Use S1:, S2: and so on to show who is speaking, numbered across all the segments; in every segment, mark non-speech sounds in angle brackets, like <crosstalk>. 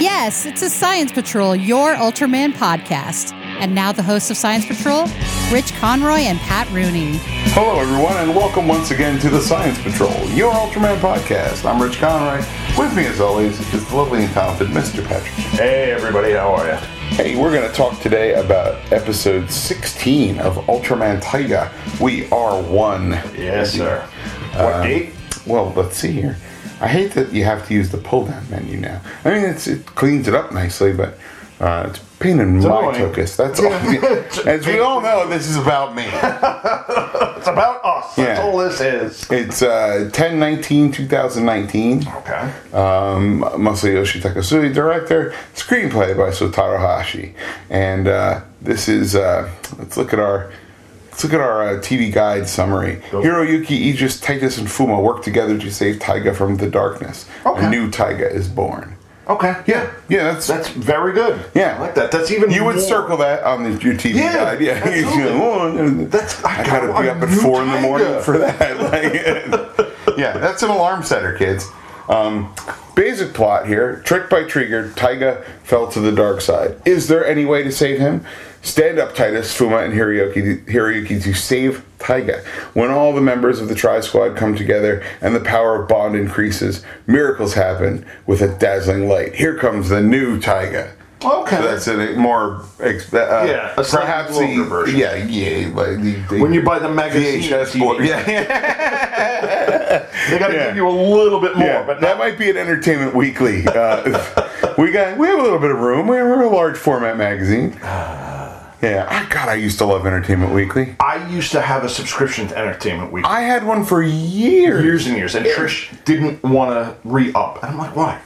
S1: Yes, it's a Science Patrol, your Ultraman podcast. And now the hosts of Science Patrol, Rich Conroy and Pat Rooney.
S2: Hello, everyone, and welcome once again to the Science Patrol, your Ultraman podcast. I'm Rich Conroy. With me, as always, is the lovely and talented Mr. Patrick. Hey, everybody, how are you? Hey, we're going to talk today about episode 16 of Ultraman Taiga. We are one. Um,
S3: Yes, sir. What
S2: Uh,
S3: date?
S2: Well, let's see here. I hate that you have to use the pull down menu now. I mean, it's, it cleans it up nicely, but uh, it's a pain in my
S3: annoying.
S2: tuchus.
S3: <laughs>
S2: That's all. As we all know, this is about me.
S3: It's about us. That's
S2: Yeah.
S3: all this is.
S2: It's uh, 10 19 2019.
S3: Okay.
S2: Um, Masayoshi Takasui, director. Screenplay by Sotaro Hashi. And uh, this is, uh, let's look at our. Let's look at our uh, TV guide summary. Hiroyuki, Aegis, Titus, and Fuma work together to save Taiga from the darkness.
S3: Okay.
S2: A new Taiga is born.
S3: Okay. Yeah.
S2: Yeah, that's
S3: That's very good.
S2: yeah.
S3: I like that. That's even.
S2: You would
S3: more-
S2: circle that on the, your TV
S3: Yeah,
S2: guide. Yeah, <laughs>
S3: absolutely.
S2: that's
S3: That's-
S2: I,
S3: I
S2: gotta
S3: got
S2: be
S3: a
S2: up at
S3: new
S2: four in the morning
S3: tiger.
S2: for that. <laughs> Like, <laughs> yeah, that's an alarm setter, kids. Um, basic plot here: trick by trigger, Taiga fell to the dark side. Is there any way to save him? Stand up, Titus, Fuma, and Hiroyuki, Hiroyuki to save Taiga. When all the members of the Tri Squad come together and the power of bond increases, miracles happen with a dazzling light. Here comes the new Taiga.
S3: Okay.
S2: So that's a more ex- uh,
S3: Yeah, a slightly
S2: perhaps
S3: longer
S2: the
S3: version.
S2: yeah yeah like the, the
S3: When you buy the magazine
S2: VHS
S3: TV.
S2: board yeah
S3: They got to
S2: Yeah.
S3: give you a little bit more,
S2: yeah
S3: but
S2: that
S3: not
S2: might be an Entertainment Weekly uh, <laughs> we got we have a little bit of room we have a large format magazine
S3: Ah.
S2: yeah I, God I used to love Entertainment Weekly
S3: I used to have a subscription to Entertainment Weekly
S2: I had one for years
S3: years and years, and Trish didn't want to re up, and I'm like, why?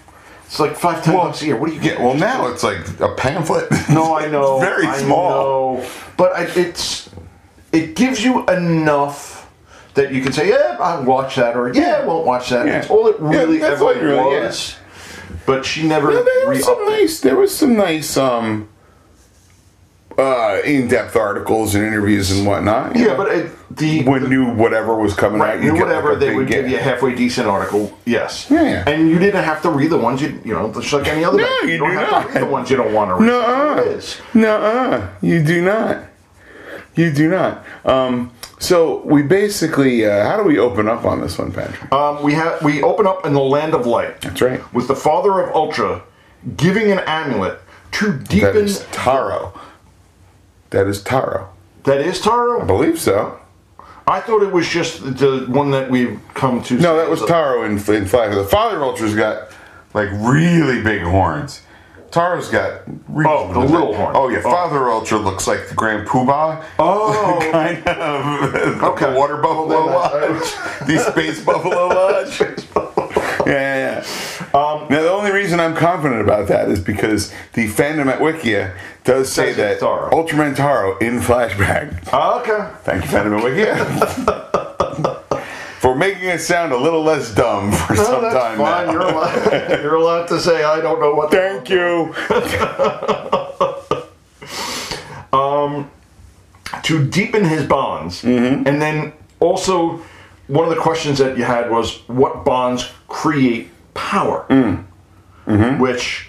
S3: It's like five ten bucks a year. What do you get?
S2: yeah well now it's like a pamphlet
S3: No,
S2: <laughs>
S3: I know.
S2: It's very
S3: I
S2: small.
S3: know. but I, it's it gives you enough that you can say, yeah, I'll watch that, or yeah, I won't watch that.
S2: Yeah.
S3: That's all it
S2: Yeah,
S3: really
S2: that's
S3: ever
S2: what it really-
S3: was. But she never
S2: Yeah, there was some
S3: re-upped it.
S2: nice. There was some nice um, uh, in-depth articles and interviews and whatnot. you
S3: Yeah,
S2: know.
S3: but it, the
S2: when new whatever was coming
S3: right,
S2: out, you
S3: new
S2: get, like,
S3: whatever
S2: a
S3: they
S2: big
S3: would give
S2: get.
S3: you a halfway decent article. Yes.
S2: Yeah, yeah.
S3: And you didn't have to read the ones you you know just like any other.
S2: No,
S3: magazine.
S2: you
S3: don't
S2: do
S3: have
S2: not.
S3: to read the ones you don't want to read.
S2: Nuh-uh.
S3: It is.
S2: Nuh-uh. You do not. You do not. Um, so we basically, uh, how do we open up on this one, Patrick?
S3: Um, we have we open up in the land of light.
S2: That's right.
S3: With the father of Ultra giving an amulet to
S2: That
S3: deepen.
S2: is Taro. That is Taro.
S3: that is
S2: I
S3: Taro.
S2: believe so.
S3: I thought it was just the one that we've come to.
S2: No, that was Taro in, in Flag. The Father Ultra's got like really big horns. Taro's got reasonably
S3: the little horn.
S2: Oh yeah,
S3: Oh.
S2: Father Ultra looks like the Grand Poobah. <laughs>
S3: Oh.
S2: kind of <laughs> okay.
S3: Okay.
S2: water buffalo
S3: Well, then I-
S2: lodge, <laughs> the space <laughs> buffalo lodge. yeah, yeah. yeah. now the only reason I'm confident about that is because the fandom at Wikia does say
S3: Says
S2: that
S3: it's Taro.
S2: Ultraman Taro in flashback.
S3: Okay.
S2: Thank you, Phantom and
S3: <laughs>
S2: Wikia. For making it sound a little less dumb for
S3: No,
S2: some
S3: that's
S2: time
S3: fine.
S2: now.
S3: You're allowed, you're allowed to say I don't know what. the-
S2: <laughs> Thank you.
S3: to deepen his bonds,
S2: Mm-hmm.
S3: and then also one of the questions that you had was what bonds create power,
S2: Mm.
S3: which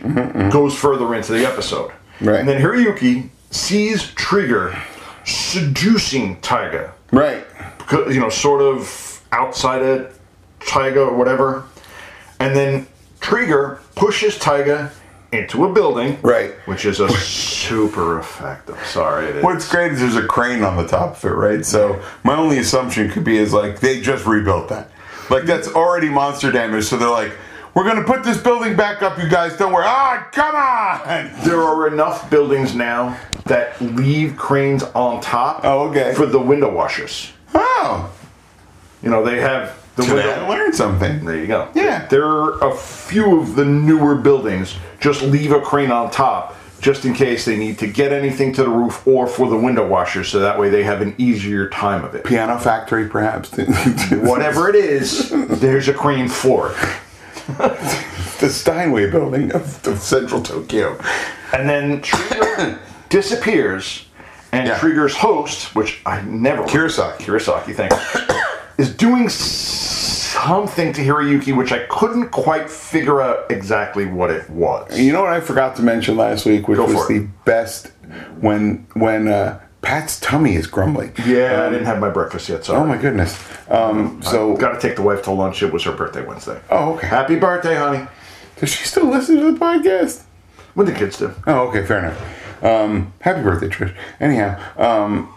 S3: goes further into the episode.
S2: Mm-hmm. Right.
S3: And then Hiroyuki sees Trigger seducing Taiga,
S2: Right.
S3: becau- you know, sort of outside of Taiga or whatever, and then Trigger pushes Taiga into a building,
S2: Right.
S3: Which is a super effective. Sorry, it is.
S2: What's great is there's a crane on the top of it, right? So my only assumption could be is like they just rebuilt that. Like that's already monster damage, so they're like, We're gonna put this building back up, you guys, don't worry. Ah, come on!
S3: There are enough buildings now that leave cranes on top.
S2: Oh, okay.
S3: For the window washers,
S2: Oh.
S3: you know they have the
S2: Today I
S3: window.
S2: learned something.
S3: There you go.
S2: Yeah.
S3: There are a few of the newer buildings just leave a crane on top just in case they need to get anything to the roof or for the window washers, so that way they have an easier time
S2: <laughs>
S3: of it.
S2: Piano factory perhaps. <laughs>
S3: Whatever it is, there's a crane for it.
S2: the Steinway building of, of central Tokyo.
S3: And
S2: <coughs>
S3: then Trigger disappears, and
S2: Yeah.
S3: Trigger's host, which I never
S2: Kurosaki.
S3: <coughs> Kurosaki, thanks, is doing s- become thing to Hiroyuki, which I couldn't quite figure out exactly what it was.
S2: You know what I forgot to mention last week, which
S3: Go
S2: was
S3: for it.
S2: the best when when uh, Pat's tummy is grumbling.
S3: Yeah, I didn't have my breakfast yet, so
S2: Oh my goodness. Um, so
S3: got to take the wife to lunch. It was her birthday Wednesday.
S2: Oh, okay.
S3: Happy birthday, honey.
S2: does she still listen to the podcast?
S3: What the kids do?
S2: Oh, okay, fair enough. Um, happy birthday, Trish. Anyhow, um,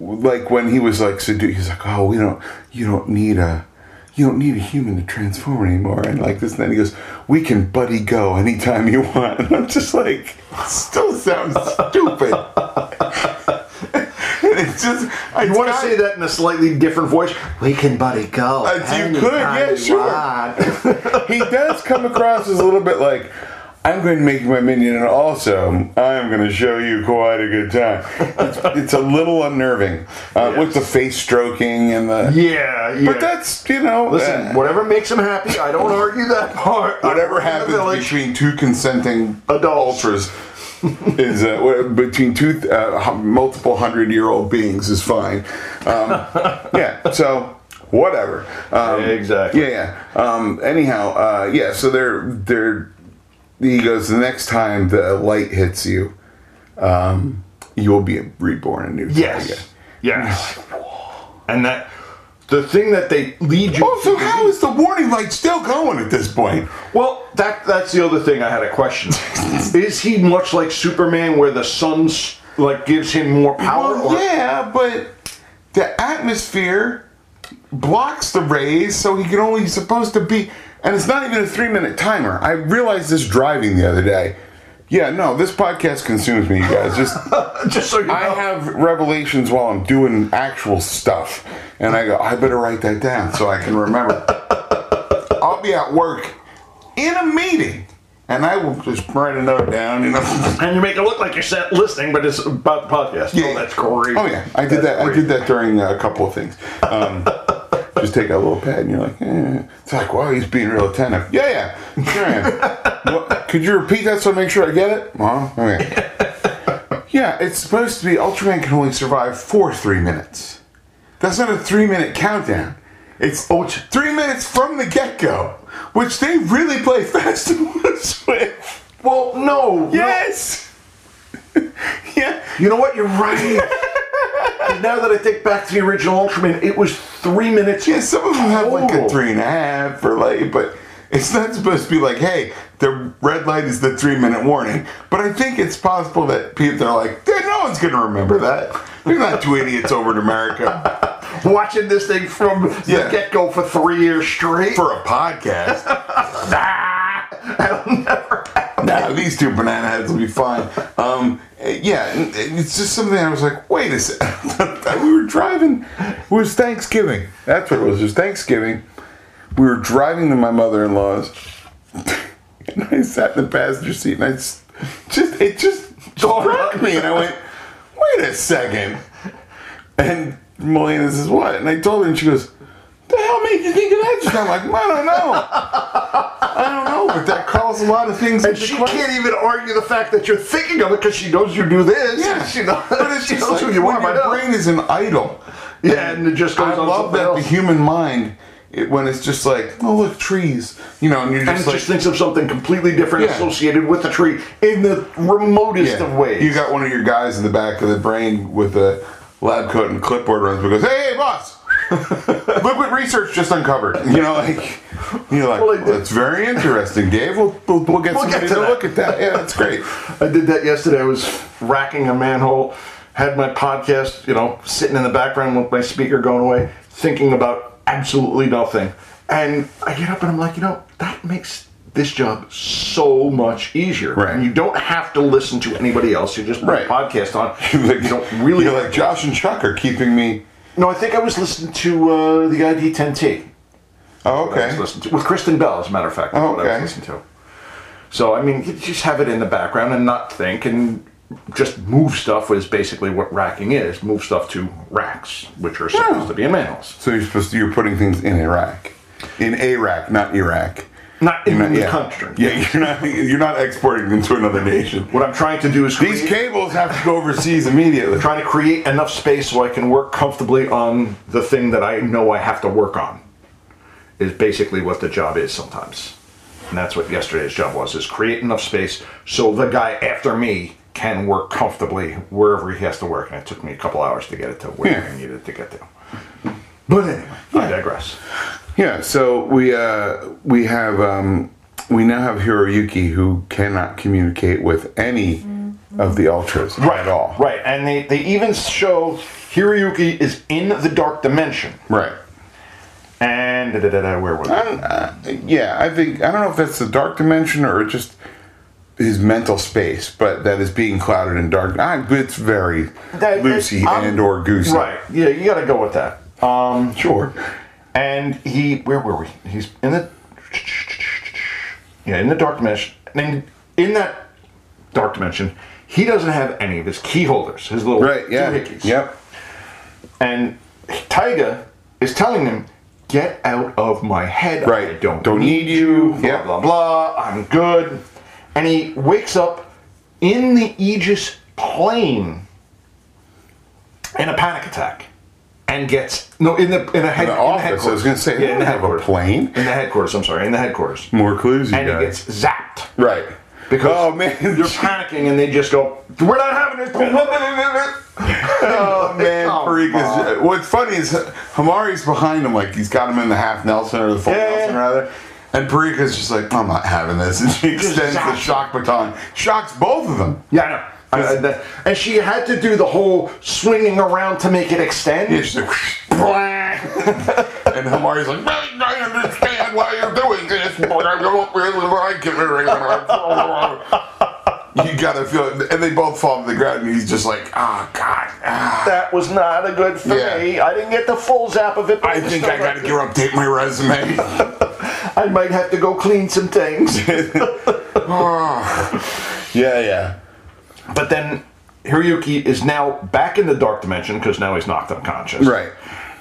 S2: like when he was like sedu he's like, "Oh, we don't, you don't need a, you don't need a human to transform anymore," and like this, and then he goes, "We can buddy go anytime you want." <laughs> And I'm just like, still sounds stupid. <laughs> and it's just, I
S3: You want to say that in a slightly different voice? We can, buddy, go.
S2: Uh, you could, yeah,
S3: anytime you
S2: sure.
S3: want. <laughs>
S2: he does come across as a little bit like I'm going to make you my minion, and also I'm going to show you quite a good time. It's, it's a little unnerving uh, with the face stroking and the.
S3: yeah, yeah.
S2: But that's you know.
S3: Listen,
S2: uh,
S3: whatever makes him happy, I <laughs> don't argue that part.
S2: whatever
S3: I'm from the
S2: happens
S3: village.
S2: between two consenting
S3: Adults.
S2: adulterers is uh, wha- between two uh, hu- multiple hundred year old beings is fine. Um,
S3: <laughs>
S2: yeah, so whatever. Um,
S3: Exactly.
S2: Yeah, yeah. Um, anyhow, uh, yeah. So they're they're. He goes. The next time the light hits you, um, you will be reborn anew. Tiger."
S3: Yes. Yes. And that the thing that they lead you
S2: Also,
S3: to
S2: how is the warning light still going at this point?
S3: Well, that that's the other thing I had a
S2: <laughs>
S3: question. Is he much like Superman where the sun s- like gives him more power?
S2: Well, Oh, yeah, but the atmosphere blocks the rays, so he can only he's supposed to be. And it's not even a three minute timer. I realized this driving the other day. Yeah, no, this podcast consumes me, you guys. Just
S3: or, just so you know.
S2: I have revelations while I'm doing actual stuff, and I go, I better write that down so I can remember. I'll be at work in a meeting, and I will just write a note down. And i
S3: and you make it look like you're sat listening, but it's about the podcast.
S2: Yeah.
S3: Oh, that's great.
S2: Oh yeah, I did
S3: That's
S2: that. I
S3: great.
S2: did that during uh, a couple of things. Um, <laughs> just take out a little pad, and you're like, eh. it's like, wow, he's being real attentive. Yeah, yeah, sure am. <laughs> what, could you repeat that so I make sure I get it? Well, okay. <laughs> Yeah, it's supposed to be Ultraman can only survive for three minutes. That's not a three minute countdown. It's oh, it's three minutes from the get go, which they really play <laughs> fast and loose with.
S3: Well, no.
S2: Yes. yeah.
S3: no. You know what?
S2: <laughs>
S3: You're right. now that I think back to the original Ultraman, it was three minutes.
S2: Yeah, some of them have like a
S3: total.
S2: three and a half or like, but it's not supposed to be like, hey, the red light is the three minute warning. But I think it's possible that people are like, "Yeah, no one's going to remember that. They're not two idiots over in America
S3: Watching this thing from
S2: Yeah.
S3: the get go for three years straight.
S2: for a podcast.
S3: Ah, I'll never
S2: Nah, these two banana heads will be fine. Um, yeah, and it's just something I was like, wait a second. <laughs> we were driving. It was Thanksgiving. That's what it was. It was Thanksgiving. We were driving to my mother in law's, <laughs> and I sat in the passenger seat, and I s- just it just struck me, and I went, wait a second. And Melina says, what? And I told her, and she goes, the hell made you think of that? Just I'm like, I don't know. I don't know, but that calls a lot of things.
S3: And
S2: into
S3: she
S2: question.
S3: can't even argue the fact that you're thinking of it because she knows you do this.
S2: Yeah,
S3: <laughs> She knows,
S2: but it's
S3: she
S2: just
S3: knows
S2: like
S3: who you
S2: when
S3: are by
S2: your
S3: now.
S2: brain is an idol.
S3: Yeah, and it just goes
S2: I
S3: on
S2: love
S3: something
S2: that
S3: else.
S2: the human mind, it, when it's just like, oh look, trees, you know, and you're
S3: and
S2: just
S3: it
S2: like,
S3: just thinks of something completely different
S2: Yeah.
S3: associated with the tree in the remotest of ways.
S2: you got one of your guys in the back of the brain with a lab coat and clipboard runs, but goes, hey, hey, boss, <laughs> look what research just uncovered. You know, like, you're like,
S3: Well, I did-
S2: that's very interesting, Dave. We'll we'll, we'll get
S3: We'll
S2: somebody
S3: get to
S2: to
S3: that.
S2: look at that. Yeah, that's
S3: <laughs>
S2: great.
S3: I did that yesterday. I was racking a manhole, had my podcast, you know, sitting in the background with my speaker going away, thinking about absolutely nothing. And I get up and I'm like, you know, that makes this job so much easier.
S2: Right.
S3: And you don't have to listen to anybody else. You just put
S2: Right.
S3: a
S2: <laughs>
S3: podcast on.
S2: Like,
S3: you don't
S2: <laughs>
S3: really.
S2: You're like Josh and Chuck are keeping me.
S3: no, I think I was listening to uh, the ID10T.
S2: Oh,
S3: I
S2: okay.
S3: was listening to with Kristen Bell, as a matter of fact. That's
S2: Oh,
S3: what I
S2: okay.
S3: was listening to. So I mean, you just have it in the background and not think, and just move stuff is basically what racking is. Move stuff to racks, which are supposed
S2: Yeah.
S3: to be in manholes.
S2: So you're supposed to, you're putting things in Iraq, in Iraq, not Iraq.
S3: Not in
S2: You're not-
S3: the
S2: yeah.
S3: country.
S2: Yeah, you're not you're not exporting them to another nation.
S3: What I'm trying to do is
S2: These
S3: create-
S2: cables have to go overseas immediately.
S3: trying to create enough space so I can work comfortably on the thing that I know I have to work on. Is basically what the job is sometimes, and that's what yesterday's job was: is create enough space so the guy after me can work comfortably wherever he has to work. And it took me a couple hours to get it to where
S2: Yeah.
S3: I needed to get to. But anyway,
S2: Hmm.
S3: I digress.
S2: Yeah, so we uh, we have um, we now have Hiroyuki who cannot communicate with any
S3: Mm-hmm.
S2: of the ultras at all.
S3: Right, and they, they even show Hiroyuki is in the dark dimension.
S2: Right.
S3: And da, da, da, da, where was it?
S2: And, uh, yeah, I think I don't know if that's the dark dimension or just his mental space, but that is being clouded in dark. I, it's very
S3: That- um,
S2: loosey
S3: I'm-
S2: and or goosey.
S3: Right. Yeah, you got to go with that. Um,
S2: Sure.
S3: and he, where were we? He's in the, yeah, in the dark dimension. And in that dark dimension, he doesn't have any of his key holders, his little
S2: Right. Yeah.
S3: doohickeys.
S2: Yep.
S3: And Tyga is telling him, "Get out of my head. I
S2: Right.
S3: don't
S2: Don't need you."
S3: Blah
S2: Yep.
S3: blah blah. I'm good." And he wakes up in the Aegis plane in a panic attack and gets no in the in a head
S2: The
S3: in the
S2: office. I
S3: headquarters.
S2: was going to say,
S3: yeah,
S2: they
S3: in
S2: do
S3: the
S2: have a
S3: headquarters.
S2: plane.
S3: In the headquarters. I'm sorry, in the headquarters.
S2: More clues, you
S3: and he
S2: guys.
S3: gets zapped.
S2: Right.
S3: Because
S2: oh man,
S3: they're panicking and they just go, "We're not
S2: <laughs>
S3: having <laughs> Oh, this." <laughs>
S2: Oh man,
S3: Come
S2: Parika's
S3: on.
S2: What's funny is Hamari's behind him, like he's got him in the half Nelson or the full
S3: Yeah, yeah,
S2: Nelson
S3: yeah.
S2: rather. And Parika's just like, I'm not having this, <laughs> and she
S3: Just
S2: extends the
S3: zaps
S2: shock baton, shocks both of them.
S3: Yeah, I know. I- I- that- and she had to do the whole swinging around to make it extend.
S2: Yeah, she's like, <laughs> and Hamari's like, "Really, I understand why you're doing this, but I don't really like it. <laughs> You gotta feel it. And they both fall to the ground, and he's just like, oh, God. ah."
S3: That was not a good for
S2: Yeah.
S3: me. I didn't get the full zap of it. But
S2: I
S3: it was
S2: think
S3: still
S2: I
S3: <laughs>
S2: gotta
S3: like-
S2: go update my resume.
S3: I might have to go clean some things.
S2: <laughs> yeah, yeah.
S3: but then Hiroyuki is now back in the dark dimension because now he's knocked unconscious.
S2: Right.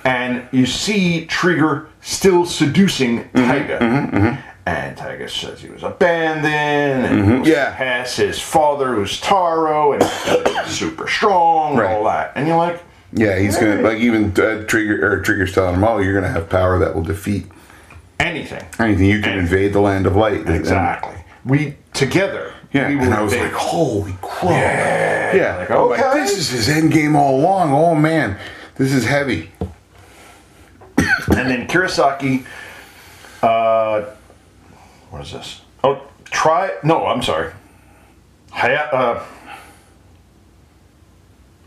S3: And you see Trigger still seducing
S2: Mm-hmm,
S3: Taiga. And Taiga says he was abandoned and he was
S2: Mm-hmm, Yeah.
S3: past his father who's Taro and he's super strong and
S2: Right.
S3: all that. And you're like,
S2: Yeah, he's gonna like even uh, Trigger or Trigger's telling him, "Oh, you're gonna have power that will defeat
S3: anything.
S2: anything. You can
S3: And-
S2: invade the land of light." And-
S3: Exactly. We together.
S2: yeah,
S3: We
S2: and I was
S3: invade.
S2: like, "Holy crap!" Yeah,
S3: Like,
S2: oh, my-
S3: okay.
S2: this is his end game all along. Oh man, this is heavy.
S3: and then Kurosaki. Uh, what is this? Oh, try. No, I'm sorry. Haya. Uh,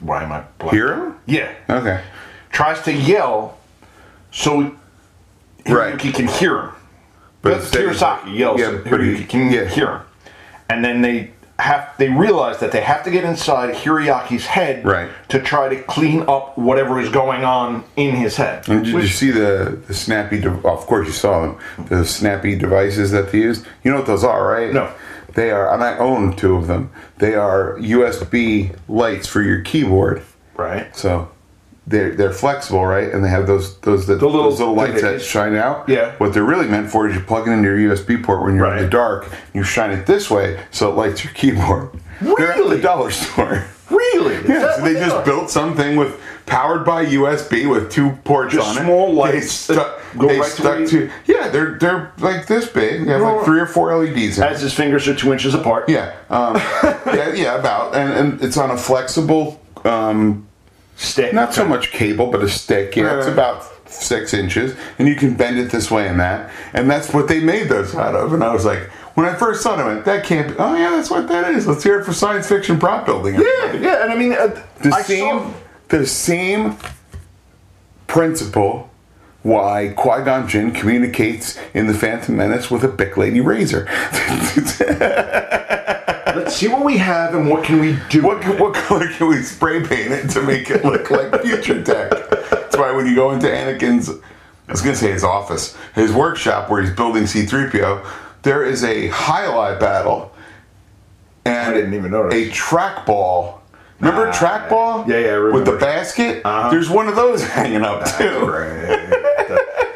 S3: why am I blank?
S2: Hero?
S3: Yeah.
S2: Okay,
S3: Tries to yell, so Hiroyuki
S2: Right.
S3: can hear him.
S2: But
S3: That's
S2: instead-
S3: Kurosaki yells.
S2: Yeah,
S3: Yeah,
S2: but he-
S3: Hiroyuki can
S2: yeah.
S3: hear him, and then they. Have, they realize that they have to get inside Hirayaki's head
S2: Right.
S3: to try to clean up whatever is going on in his head.
S2: And did you see the, the snappy? De- of course, you saw them. The snappy devices that they used. You know what those are, right?
S3: No.
S2: They are, and I own two of them. They are USB lights for your keyboard.
S3: right?
S2: So they're they're flexible, right? And they have those those that,
S3: little
S2: those little lights that
S3: doohickeys.
S2: shine out.
S3: Yeah.
S2: What they're really meant for is you plug it into your USB port when you're in the
S3: Right.
S2: dark. You shine it this way, so it lights your keyboard. They're at the
S3: Really?
S2: dollar store.
S3: Really? Is
S2: Yeah,
S3: that
S2: so
S3: what
S2: they just
S3: are?
S2: built something with powered by USB with two ports
S3: Just
S2: on it.
S3: small
S2: They
S3: lights
S2: stuck.
S3: that go
S2: They
S3: right to
S2: stuck
S3: where
S2: to,
S3: you-
S2: Yeah, they're they're like this big. They have like
S3: Right.
S2: three or four LEDs. In it.
S3: As his fingers are two inches apart.
S2: Yeah,
S3: <laughs>
S2: um, yeah, yeah, about, and, and it's on a flexible um,
S3: Stick.
S2: not so much cable, but a stick. Yeah, it's
S3: Right.
S2: about six inches, and you can bend it this way and that. And that's what they made those out of. And I was like, when I first saw it, I went, that can't be. Oh yeah, that's what that is. Let's hear it for science fiction prop building.
S3: Yeah, yeah, and I mean, uh,
S2: the
S3: I
S2: same,
S3: saw-
S2: the same principle. Why Qui Gon Jinn communicates in the Phantom Menace with a Bic Lady razor? <laughs>
S3: <laughs> let's see what we have and what can we do.
S2: What, what color can we spray paint it to make it look like future tech? That's why when you go into Anakin's, I was gonna say his office, his workshop where he's building C-3PO, there is a highlight battle and
S3: I didn't even notice.
S2: a trackball. Remember
S3: Ah,
S2: trackball?
S3: yeah, yeah, I Uh-huh.
S2: With the
S3: remember.
S2: basket, there's one of those hanging up too.
S3: Right.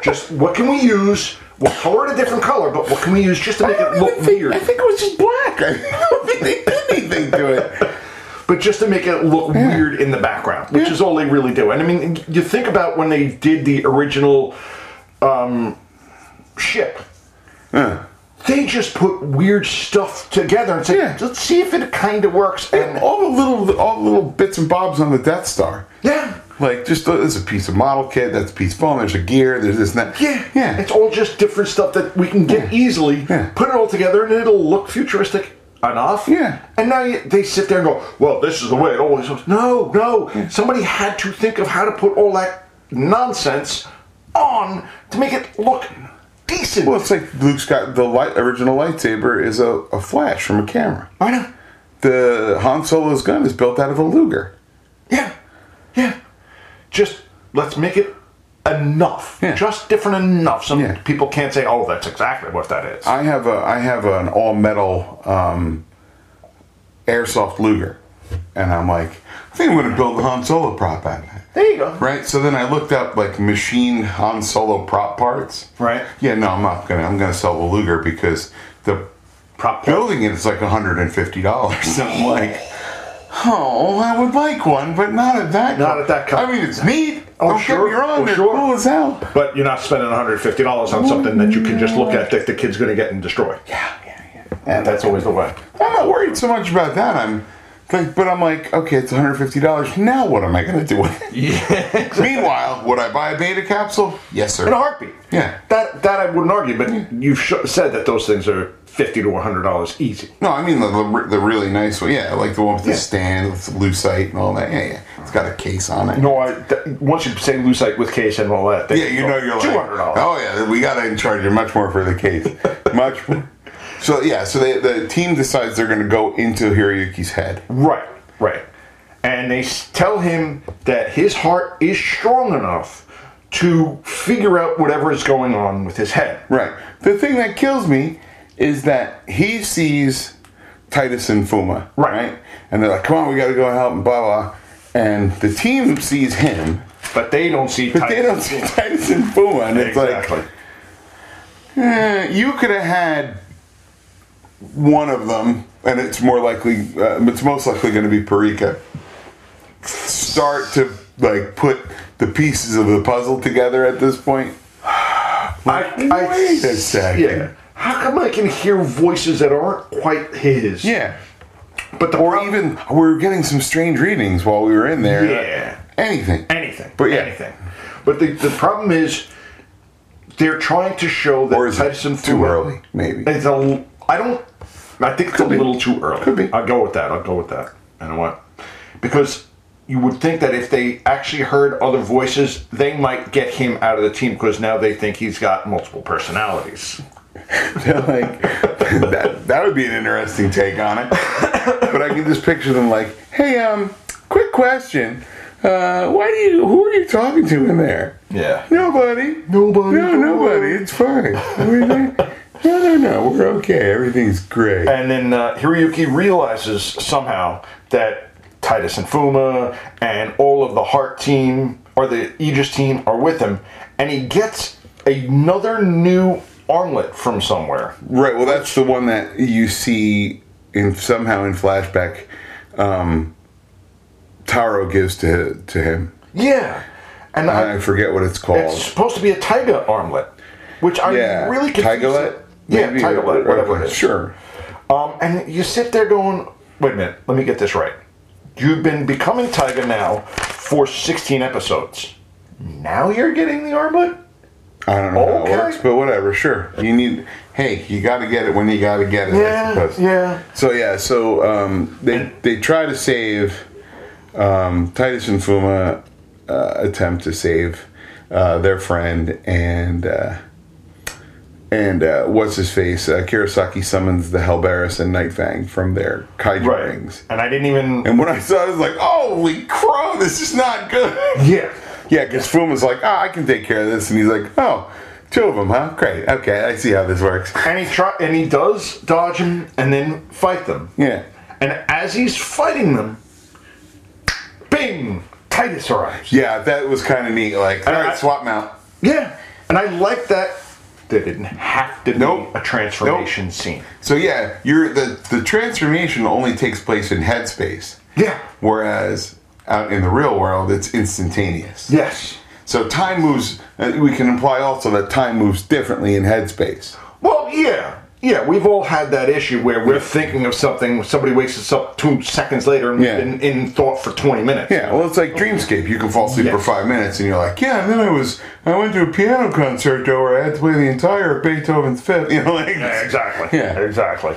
S3: Just what can we use? We'll color it a different color, but what can we use just to make it look
S2: think,
S3: weird?
S2: I think it was just black. <laughs> I don't think they did anything to it.
S3: but just to make it look weird in the background, which is all they really do. And I mean, you think about when they did the original um, ship, they just put weird stuff together and said,
S2: Yeah.
S3: "Let's see if it kind of works." And
S2: All the little, all the little bits and bobs on the Death Star.
S3: yeah,
S2: Like just uh, there's a piece of model kit, that's a piece of foam, there's a gear, there's this and that.
S3: yeah,
S2: yeah.
S3: it's all just different stuff that we can get
S2: Yeah.
S3: easily.
S2: Yeah.
S3: Put it all together, and it'll look futuristic enough.
S2: Yeah.
S3: And now you, they sit there and go, "Well, this is the way it always looks." No, no. Somebody had to think of how to put all that nonsense on to make it look decent.
S2: well, it's like Luke's got the light, original lightsaber is a, a flash from a camera.
S3: I know.
S2: The Han Solo's gun is built out of a Luger.
S3: Yeah, yeah. Just let's make it enough.
S2: Yeah.
S3: Just different enough. Some
S2: Yeah.
S3: people can't say, "Oh, that's exactly what that is."
S2: I have a I have an all metal um, airsoft Luger, and I'm like, I think I'm going to build a Han Solo prop out of it.
S3: there you go.
S2: Right. So then I looked up like machine Han Solo prop parts.
S3: Right.
S2: Yeah. No, I'm not gonna. I'm gonna sell the Luger because the
S3: Prop parts.
S2: building it is like 150 dollars. <laughs> I'm like, oh, I would like one, but not at that.
S3: Not
S2: co-
S3: at that co-
S2: I mean, it's neat.
S3: Oh,
S2: Don't
S3: sure.
S2: get me wrong.
S3: Oh,
S2: they're
S3: sure.
S2: cool as hell.
S3: But you're not spending 150 dollars on something that you can just look at that the kid's going to get and destroy.
S2: Yeah, yeah, yeah.
S3: And that's always the way.
S2: I'm not worried so much about that. I'm like, but I'm like, okay, it's 150 dollars. Now what am I gonna do with
S3: <laughs>
S2: it? Meanwhile, would I buy a beta capsule? Yes, sir.
S3: In a heartbeat.
S2: Yeah.
S3: That that I wouldn't argue, but you've sh- said that those things are 50 to 100 dollars easy.
S2: No, I mean the, the, the really nice one. Yeah, like the one with
S3: Yeah.
S2: the stand, with the lucite and all that. Yeah, yeah. It's got a case on it.
S3: No, I th- once you say lucite with case and all that, then
S2: Yeah, you know you're like,
S3: 200 dollars.
S2: oh yeah, we got to charge you much more for the
S3: <laughs>
S2: case, much. more. So yeah, so they, the team decides they're going to go into Hiroyuki's head.
S3: Right, right. And they s- tell him that his heart is strong enough to figure out whatever is going on with his head.
S2: Right. The thing that kills me is that he sees Titus and Fuma.
S3: Right.
S2: And they're like, come on, we got to go help and blah blah. And the team sees him,
S3: But they don't see.
S2: but they don't
S3: <laughs>
S2: see Titus and Fuma, and it's like.
S3: exactly.
S2: Eh, you could have had one of them, and it's more likely, uh, it's most likely going to be Parika. Start to like put the pieces of the puzzle together at this point.
S3: I, I,
S2: Wait a second.
S3: Yeah. How come I can hear voices that aren't quite his?
S2: Yeah,
S3: But the
S2: or
S3: prob-
S2: even we were getting some strange readings while we were in there.
S3: Yeah.
S2: anything.
S3: anything.
S2: But yeah.
S3: anything. But the, the problem is they're trying to show that
S2: Or is it
S3: Tyson
S2: too
S3: Fuller-
S2: early, maybe?
S3: It's a l- I don't I think it's a
S2: be.
S3: little too early.
S2: Could be.
S3: I'll go with that. I'll go with that. You know what? Because you would think that if they actually heard other voices, they might get him out of the team because now they think he's got multiple personalities.
S2: They're <laughs> like that, that would be an interesting take on it. But I can just picture them like, hey, um, quick question. Uh, why do you? Who are you talking to in there?
S3: Yeah.
S2: Nobody.
S3: Nobody.
S2: No, nobody. It's fine. We're not- no, no, no. We're okay. Everything's great.
S3: And then uh, Hiroyuki realizes somehow that Titus and Fuma and all of the Heart team or the Aegis team are with him, and he gets another new armlet from somewhere.
S2: Right. Well, that's the one that you see in somehow in flashback. Um, Taro gives to to him.
S3: Yeah, and
S2: I
S3: I,
S2: forget what it's called.
S3: it's supposed to be a Taiga armlet, which I'm
S2: yeah.
S3: really confused.
S2: Tigerlet.
S3: Yeah,
S2: Maybe?
S3: Tigerlet, whatever it
S2: Okay,
S3: is.
S2: Sure.
S3: Um, and you sit there going, wait a minute, let me get this right. You've been becoming Taiga now for 16 episodes. Now you're getting the armlet?
S2: I don't know
S3: Okay.
S2: how it works, but whatever. Sure, you need. Hey, you got to get it when you got to get it.
S3: Yeah,
S2: I suppose.
S3: yeah.
S2: So yeah, so um, they they try to save um, Titus and Fuma uh, attempt to save uh, their friend and uh, and uh, what's his face uh, Kurosaki summons the Hellbarus and Nightfang from their kaiju rings.
S3: And I didn't even.
S2: And when I saw it, I was like, "Holy crow! This is not good." <laughs>
S3: yeah.
S2: Yeah, because Fuma's like, ah, I can take care of this, and he's like, oh, two of them, huh? Great, okay, I see how this works.
S3: And he try and he does dodge them and then fight them.
S2: Yeah,
S3: And as he's fighting them, bing! Titus arrives.
S2: yeah, that was kind of neat. Like, all
S3: And
S2: right,
S3: I-
S2: swap 'em out.
S3: Yeah. And I like that they didn't have to
S2: Nope.
S3: be a transformation scene.
S2: So yeah, you're the the transformation only takes place in headspace,
S3: Yeah.
S2: whereas out in the real world it's instantaneous.
S3: Yes.
S2: So time moves. uh, We can imply also that time moves differently in headspace.
S3: Well, yeah. Yeah, we've all had that issue where we're thinking of something, somebody wakes us up two seconds later and we've
S2: Yeah.
S3: been in thought for 20 minutes.
S2: Yeah, well, it's like Dreamscape. You can fall asleep for
S3: Yes.
S2: five minutes, and you're like, yeah. And then I was, I went to a piano concerto where I had to play the entire Beethoven's Fifth. <laughs> You know, like
S3: Yeah, exactly.
S2: Yeah.
S3: Exactly.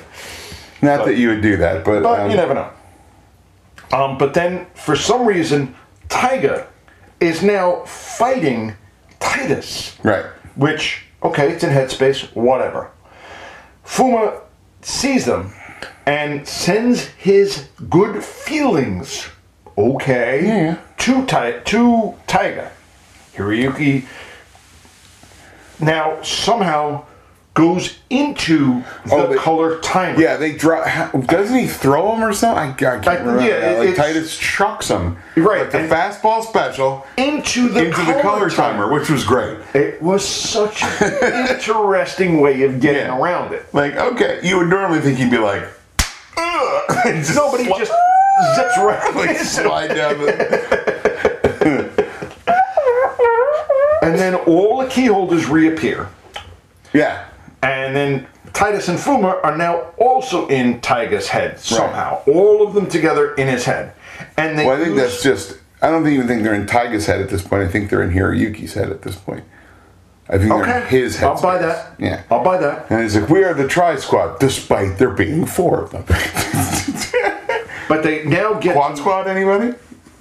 S2: not that you would do that, but,
S3: But
S2: um,
S3: you never know. Um, but then, for some reason, Tyga is now fighting Titus.
S2: right?
S3: Which, okay, it's in headspace, whatever. Fuma sees them and sends his good feelings, okay,
S2: Yeah.
S3: to, Ty- to Taiga. Hiroyuki now somehow goes into the
S2: Oh, they-
S3: color timer.
S2: Yeah, they drop. how- Doesn't he throw him or something? I, I can't
S3: I-
S2: remember.
S3: yeah,
S2: now.
S3: it-
S2: like
S3: it's-
S2: Titus chucks him.
S3: Right,
S2: Like the
S3: and-
S2: fastball special
S3: into the,
S2: into the color timer, which was great.
S3: It was such an interesting way of getting
S2: Yeah.
S3: around it.
S2: Like, okay, you would normally think he'd be like, <laughs> "Ugh," and just
S3: Nobody
S2: sli-
S3: just zips
S2: <laughs>
S3: right <laughs>
S2: like
S3: into
S2: slide down.
S3: <laughs>
S2: The,
S3: And then all the keyholders reappear.
S2: yeah,
S3: And then Titus and Fuma are now also in Tyga's head somehow. All of them together in his head. And they
S2: Well, I think
S3: use-
S2: that's just. I don't even think they're in Tyga's head at this point. I think they're in Hiroyuki's head at this point. I think they're in
S3: okay.
S2: his head.
S3: I'll buy that.
S2: Yeah.
S3: I'll buy that.
S2: and he's like, "We are the Tri Squad," despite there being four
S3: <laughs>
S2: of them.
S3: But they now get
S2: Quad Squad, anybody?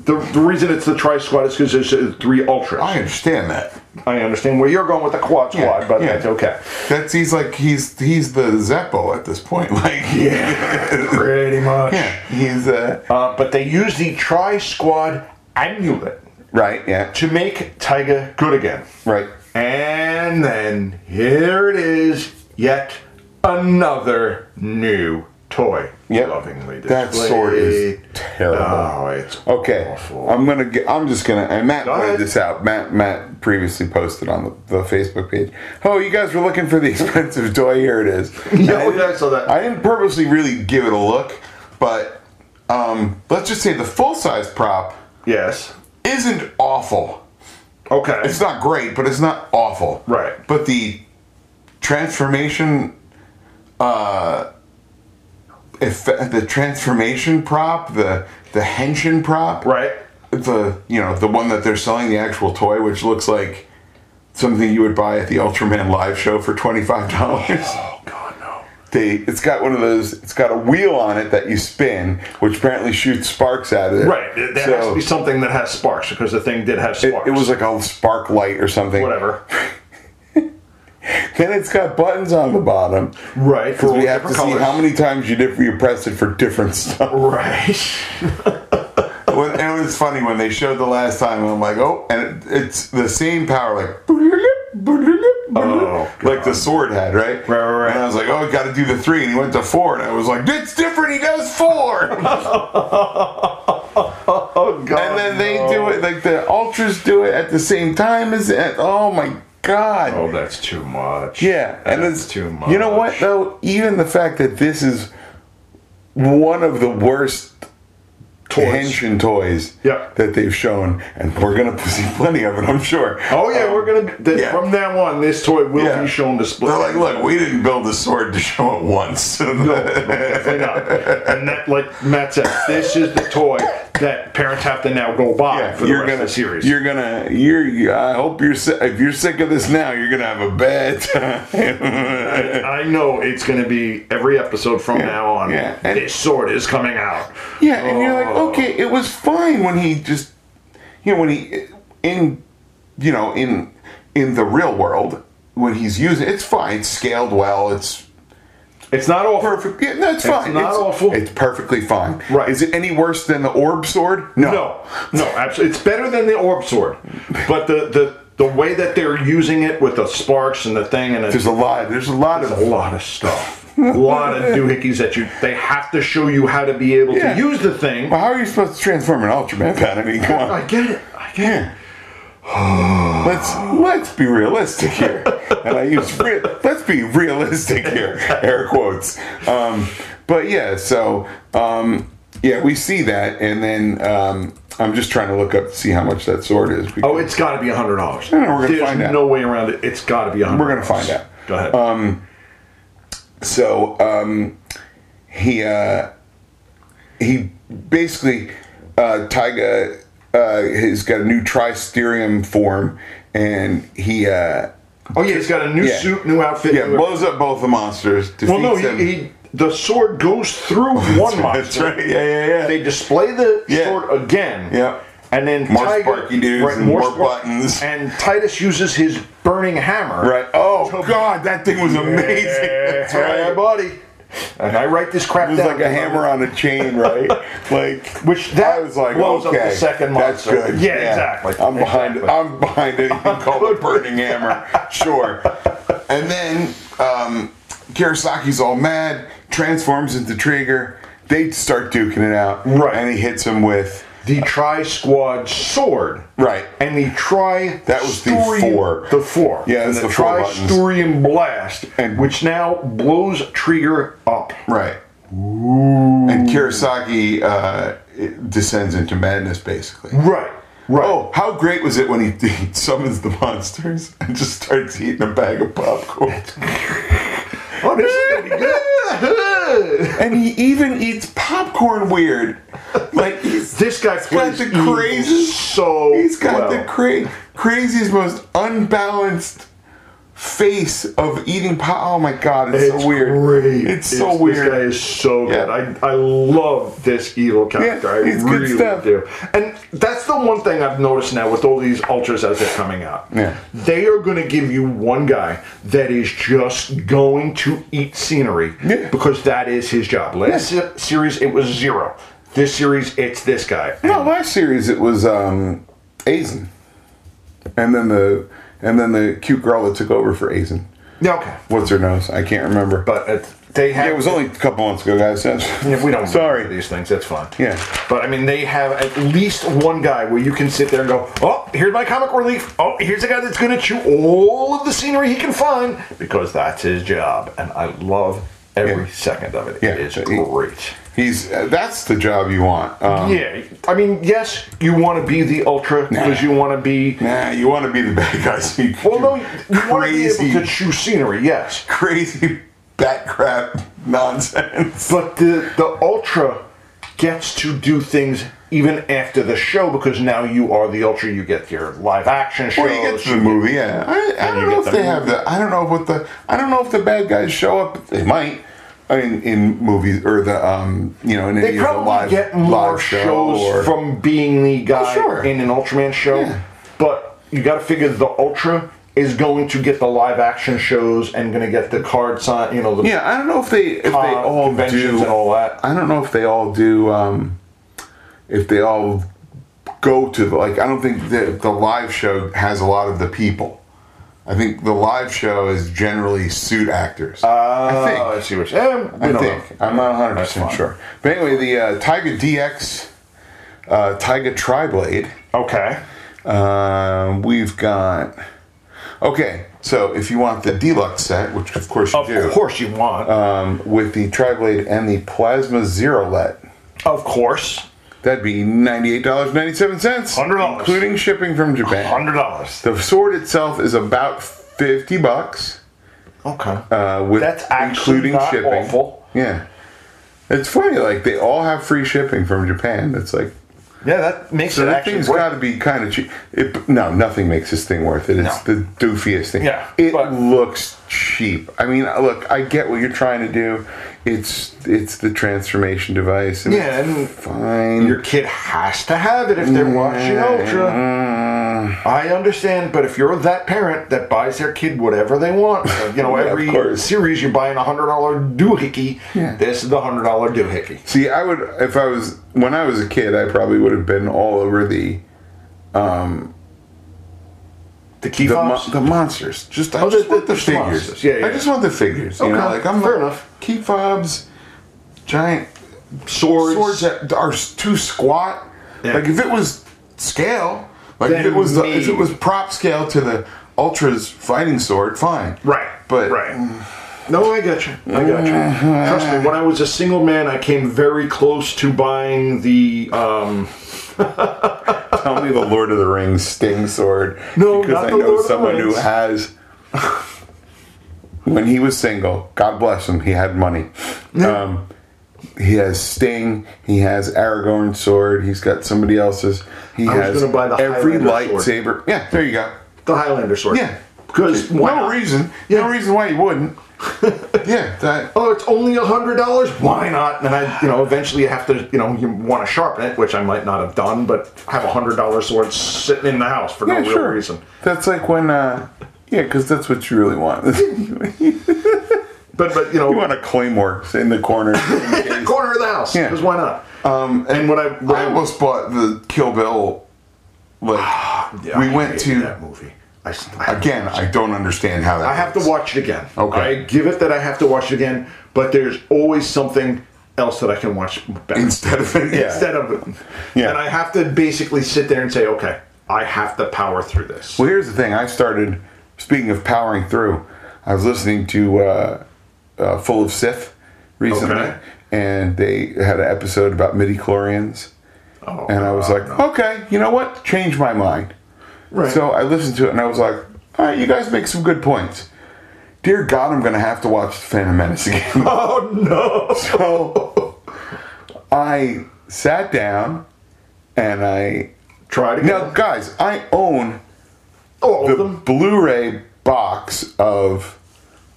S3: the, the reason it's the tri squad is because there's uh, three ultras.
S2: I understand that.
S3: I understand where you're going with the quad
S2: Yeah,
S3: squad, but
S2: yeah.
S3: that's okay.
S2: That's he's like he's he's the Zeppo at this point. <laughs> Like yeah,
S3: Pretty
S2: <laughs>
S3: much.
S2: yeah. He's uh,
S3: Uh, but they use the Tri Squad amulet
S2: right. Yeah,
S3: to make Tyga good again.
S2: right.
S3: And then here it is, yet another new toy.
S2: Yep.
S3: Lovingly
S2: That sword is
S3: displayed.
S2: terrible.
S3: Oh, it's
S2: Okay,
S3: awful.
S2: I'm gonna. Get, I'm just gonna. And Matt
S3: Go ahead.
S2: pointed this out. Matt Matt previously posted on the, the Facebook page. Oh, you guys were looking for the <laughs> expensive toy. Here it is. And
S3: <laughs> Yeah,
S2: I
S3: oh,
S2: didn't-
S3: yeah, I saw that.
S2: I didn't purposely really give it a look, but um, let's just say the full size prop
S3: yes.
S2: isn't awful.
S3: Okay.
S2: It's not great, but it's not awful.
S3: Right.
S2: But the transformation, uh, effect, the transformation prop, the the henshin prop,
S3: right.
S2: the you know the one that they're selling the actual toy, which looks like something you would buy at the Ultraman live show for twenty five
S3: <laughs>
S2: dollars.
S3: Oh God, no.
S2: They it's got one of those. It's got a wheel on it that you spin, which apparently shoots sparks out of it.
S3: Right. There there has to be something that has sparks because the thing did have
S2: it,
S3: sparks.
S2: it was like a spark light or something.
S3: whatever.
S2: Then it's got buttons on the bottom.
S3: Right.
S2: Because
S3: for
S2: we have to
S3: different
S2: see
S3: colors.
S2: how many times you did, you press it for different stuff.
S3: Right.
S2: <laughs>
S3: <laughs>
S2: When, and it was funny when they showed the last time, and I'm like, oh, and it, it's the same power, like, <laughs>
S3: Oh,
S2: like the
S3: God.
S2: sword had, right?
S3: Right, right, right.
S2: And I was like, oh, got to do the three, and he went to four, and I was like, it's different. He does four. <laughs> and
S3: Oh God.
S2: then they
S3: no.
S2: do it like the ultras do it at the same time as it. Oh my god.
S3: Oh, that's too much.
S2: Yeah,
S3: that's
S2: and it's
S3: too much.
S2: You know what though? Even the fact that this is one of the worst
S3: Toys.
S2: tension toys
S3: Yeah.
S2: that they've shown, and we're gonna <laughs> see plenty of it, I'm sure.
S3: Oh yeah, we're gonna. th-
S2: yeah.
S3: From now on, this toy will
S2: Yeah.
S3: be shown display.
S2: Um, They're like, look, we didn't build the sword to show it once. <laughs>
S3: Definitely not. And that, like Matt said, this is the toy that parents have to now go buy
S2: Yeah,
S3: for the
S2: you're
S3: rest
S2: gonna
S3: of the series.
S2: You're gonna. You're. I hope you're. Si- if you're sick of this now, you're gonna have a bad <laughs> time.
S3: I know it's gonna be every episode from now on.
S2: yeah, and-
S3: this sword is coming out.
S2: Yeah, and you're like, okay, it was fine when he just, you know, when he in, you know, in in the real world when he's using it's fine, it's scaled well, it's
S3: It's not all
S2: perfect. Yeah, that's
S3: It's
S2: fine.
S3: not awful.
S2: It's perfectly fine.
S3: Right.
S2: Is it any worse than the orb sword? No.
S3: No, no, absolutely. It's better than the orb sword, but the the the way that they're using it with the sparks and the thing and the,
S2: There's a lot. There's a lot
S3: a
S2: of.
S3: lot of stuff.
S2: <laughs>
S3: a lot of doohickeys that you they have to show you how to be able
S2: Yeah.
S3: to use the thing. <laughs>
S2: Well, how are you supposed to transform an Ultraman? Pat? I mean, come on.
S3: I get it. I get
S2: Yeah.
S3: it.
S2: <sighs> Let's let's be realistic here, and I use real, let's be realistic here, air quotes. Um, but yeah, so um, yeah, we see that, and then um, I'm just trying to look up to see how much that sword is. Because
S3: Oh, it's got to be a hundred dollars.
S2: no, we're gonna
S3: There's
S2: find out.
S3: no way around it. It's got to be a hundred.
S2: We're gonna find out. Um,
S3: Go ahead.
S2: so um, he uh, he basically uh, Tyga uh, has got a new tristerium form, and he uh,
S3: oh yeah, he's got a new
S2: yeah.
S3: suit, new outfit.
S2: yeah
S3: new-
S2: blows up both the monsters. Defeats
S3: well, no,
S2: them. <laughs>
S3: he, he the sword goes <laughs> through one monster.
S2: That's right. Yeah, yeah, yeah.
S3: They display the
S2: Yeah.
S3: sword again.
S2: Yeah.
S3: And then
S2: More
S3: Tiger-
S2: sparky dudes and more buttons.
S3: And Titus uses his burning hammer.
S2: right. <laughs> Oh God, that thing was amazing. <laughs> That's
S3: Yeah,
S2: right.
S3: buddy. And I write this crap
S2: It was
S3: down.
S2: like a hammer on a chain,
S3: <laughs>
S2: right? like
S3: Which
S2: I
S3: that
S2: was like,
S3: blows up
S2: okay,
S3: the second
S2: that's
S3: monster.
S2: good.
S3: Yeah, exactly.
S2: I'm behind.
S3: Exactly.
S2: I'm behind
S3: <laughs>
S2: anything called a burning hammer. Sure. And then um, Kirasaki's all mad, transforms into Trigger. They start duking it out,
S3: Right.
S2: And he hits him with
S3: The Tri Squad sword.
S2: right.
S3: And the Tri
S2: That was the four.
S3: The four.
S2: Yeah,
S3: and
S2: that's
S3: the
S2: the four
S3: Tri
S2: buttons.
S3: Sturium blast,
S2: And-
S3: which now blows Trigger up.
S2: Right. And Kurosaki uh, it descends into madness, basically.
S3: Right. Right.
S2: Oh, how great was it when he, <laughs> he summons the monsters and just starts eating a bag of
S3: <laughs>
S2: popcorn?
S3: Oh, this is gonna be
S2: <laughs>
S3: good.
S2: and he even eats popcorn weird. Like he's,
S3: this guy
S2: got
S3: plays
S2: the
S3: evil
S2: craziest.
S3: so
S2: He's got
S3: well.
S2: the cra- craziest, most unbalanced face of eating pop. Oh my god, it's, so weird.
S3: great.
S2: It's, so
S3: this
S2: weird.
S3: guy is so
S2: Yeah.
S3: good. I, I love this evil character.
S2: Yeah, he's
S3: I
S2: good
S3: really
S2: stuff.
S3: do. And that's the one thing I've noticed now with all these ultras as they're coming out.
S2: Yeah.
S3: They are going to give you one guy that is just going to eat scenery
S2: Yeah.
S3: because that is his job. Last se- series, it was zero. This series, it's this guy.
S2: No, last series it was um Aizen. And then the and then the cute girl that took over for Aizen.
S3: Yeah, okay.
S2: What's her nose? I can't remember.
S3: But uh, they have.
S2: yeah, it was only a couple months ago, guys.
S3: If we don't
S2: Sorry.
S3: these things, that's fine.
S2: Yeah.
S3: But I mean, they have at least one guy where you can sit there and go, "Oh, here's my comic relief. Oh, here's a guy that's going to chew all of the scenery he can find because that's his job." And I love every
S2: Yeah.
S3: second of it.
S2: Yeah.
S3: It is
S2: He-
S3: great.
S2: He's uh, that's the job you want. Um,
S3: yeah. I mean, yes, you want to be the ultra because you want to be.
S2: Nah, you want to be the bad guy. So you can
S3: Well, no,
S2: do
S3: you want to be
S2: crazy,
S3: able to chew scenery. Yes.
S2: crazy bat crap nonsense.
S3: But the the Ultra gets to do things even after the show because now you are the Ultra. You get your live action shows.
S2: Or you get to the movie, yeah. I, I
S3: you
S2: don't know
S3: get
S2: if
S3: the
S2: they have the. I don't know what the. I don't know if the bad guys show up. They might. I mean, in movies or the um, you know, in
S3: they probably get more shows from being the guy
S2: sure.
S3: in an Ultraman show.
S2: Yeah.
S3: But you got to figure the Ultra is going to get the live action shows and going to get the card sign. You know, the
S2: Yeah, I don't know if they if they
S3: uh,
S2: all
S3: conventions
S2: do.
S3: and all that.
S2: I don't know if they all do. Um, if they all go to the, like, I don't think the, the live show has a lot of the people. I think the live show is generally suit actors. I think.
S3: Oh, I see what you're saying.
S2: I think. I'm not 100 percent
S3: fine.
S2: sure. But anyway, the uh, Tiger DX, uh, Tiger Triblade.
S3: Okay.
S2: Um, we've got. Okay, so if you want the deluxe set, which of course you
S3: Of
S2: do,
S3: course you want.
S2: um, with the Triblade and the Plasma Zero Let.
S3: of course.
S2: That'd be ninety-eight dollars ninety-seven cents,
S3: $100.
S2: including shipping from Japan.
S3: Hundred dollars.
S2: The sword itself is about fifty bucks,
S3: Okay.
S2: uh, with
S3: That's actually
S2: including
S3: not
S2: shipping.
S3: awful.
S2: Yeah, it's funny. Like they all have free shipping from Japan. It's like
S3: Yeah, that makes
S2: so
S3: it
S2: that
S3: actually
S2: thing's
S3: worth
S2: got to be kind of cheap. It, no, nothing makes this thing worth it. It's
S3: No.
S2: the doofiest thing.
S3: Yeah,
S2: it
S3: but-
S2: looks cheap. I mean, look, I get what you're trying to do. It's it's the transformation device. And
S3: Yeah,
S2: it's
S3: and
S2: fine.
S3: Your kid has to have it if they're watching Ultra.
S2: Mm.
S3: I understand, but if you're that parent that buys their kid whatever they want, uh, you <laughs> know,
S2: Yeah, of
S3: every
S2: course.
S3: series you're buying a hundred dollar doohickey.
S2: Yeah.
S3: This is the hundred dollar doohickey.
S2: See, I would if I was when I was a kid, I probably would have been all over the
S3: The key
S2: the,
S3: fobs.
S2: mon- the monsters. Just I
S3: Oh,
S2: just
S3: the-
S2: want the,
S3: the
S2: figures.
S3: monsters. Yeah, yeah.
S2: I just want the figures. You
S3: Okay,
S2: know, like I'm
S3: fair
S2: like,
S3: enough.
S2: Key fobs, giant
S3: swords.
S2: swords that are s- too squat.
S3: Yeah.
S2: Like if it was scale, Like if
S3: Then
S2: it was the, if it
S3: maybe.
S2: was prop scale to the Ultra's fighting sword, fine.
S3: Right.
S2: But
S3: right. Mm. No, I Mm-hmm. got you. I got you. Trust me. When I was a single man, I came very close to buying the. Um,
S2: tell me the Lord of the Rings sting sword.
S3: No,
S2: because
S3: not
S2: I
S3: the
S2: know
S3: Lord of the
S2: someone who
S3: Rings. <laughs>
S2: has. when he was single, God bless him, he had money. Um, he has Sting. He has Aragorn sword. He's got somebody else's. He
S3: I was
S2: has
S3: gonna buy the
S2: every
S3: Highlander
S2: lightsaber.
S3: sword.
S2: Yeah, there you go.
S3: the Highlander sword.
S2: Yeah,
S3: Because
S2: no
S3: why not?
S2: reason. No reason why you
S3: <laughs>
S2: wouldn't. yeah, that.
S3: Oh, it's only a hundred dollars. Why not? And I, you know, eventually you have to, you know, you want to sharpen it, which I might not have done, but have a hundred dollar sword sitting in the house for no
S2: Yeah,
S3: real
S2: sure.
S3: reason.
S2: That's like when. uh yeah, because that's what you really want. <laughs> you
S3: But but you know,
S2: want a claymore in the corner.
S3: <laughs>
S2: in
S3: in
S2: case-
S3: the corner of the house.
S2: Yeah.
S3: Because why not?
S2: Um, and
S3: And
S2: what
S3: what
S2: I,
S3: I-
S2: I almost bought the Kill Bill. Like
S3: <sighs> Yeah,
S2: we
S3: I
S2: went
S3: hated
S2: to
S3: that movie. I, s- I-
S2: again. I don't understand how that.
S3: I have to
S2: works.
S3: watch it again.
S2: Okay.
S3: I give it that I have to watch it again, but there's always something else that I can watch better.
S2: instead of
S3: <laughs>
S2: it. Yeah.
S3: Instead of it.
S2: Yeah.
S3: And I have to basically sit there and say, okay, I have to power through this.
S2: Well, here's the thing. I started speaking of powering through. I was listening to uh, uh, Full of Sith recently,
S3: Okay.
S2: and they had an episode about midi chlorians,
S3: Oh,
S2: and I was like, okay, you know what? Change my mind.
S3: Right.
S2: So I listened to it, and I was like, all right, you guys make some good points. Dear God, I'm going to have to watch The Phantom Menace <laughs> again.
S3: oh no.
S2: So <laughs> I sat down and I.
S3: Try it again.
S2: Now, guys, I own
S3: All
S2: the
S3: of them.
S2: Blu ray box of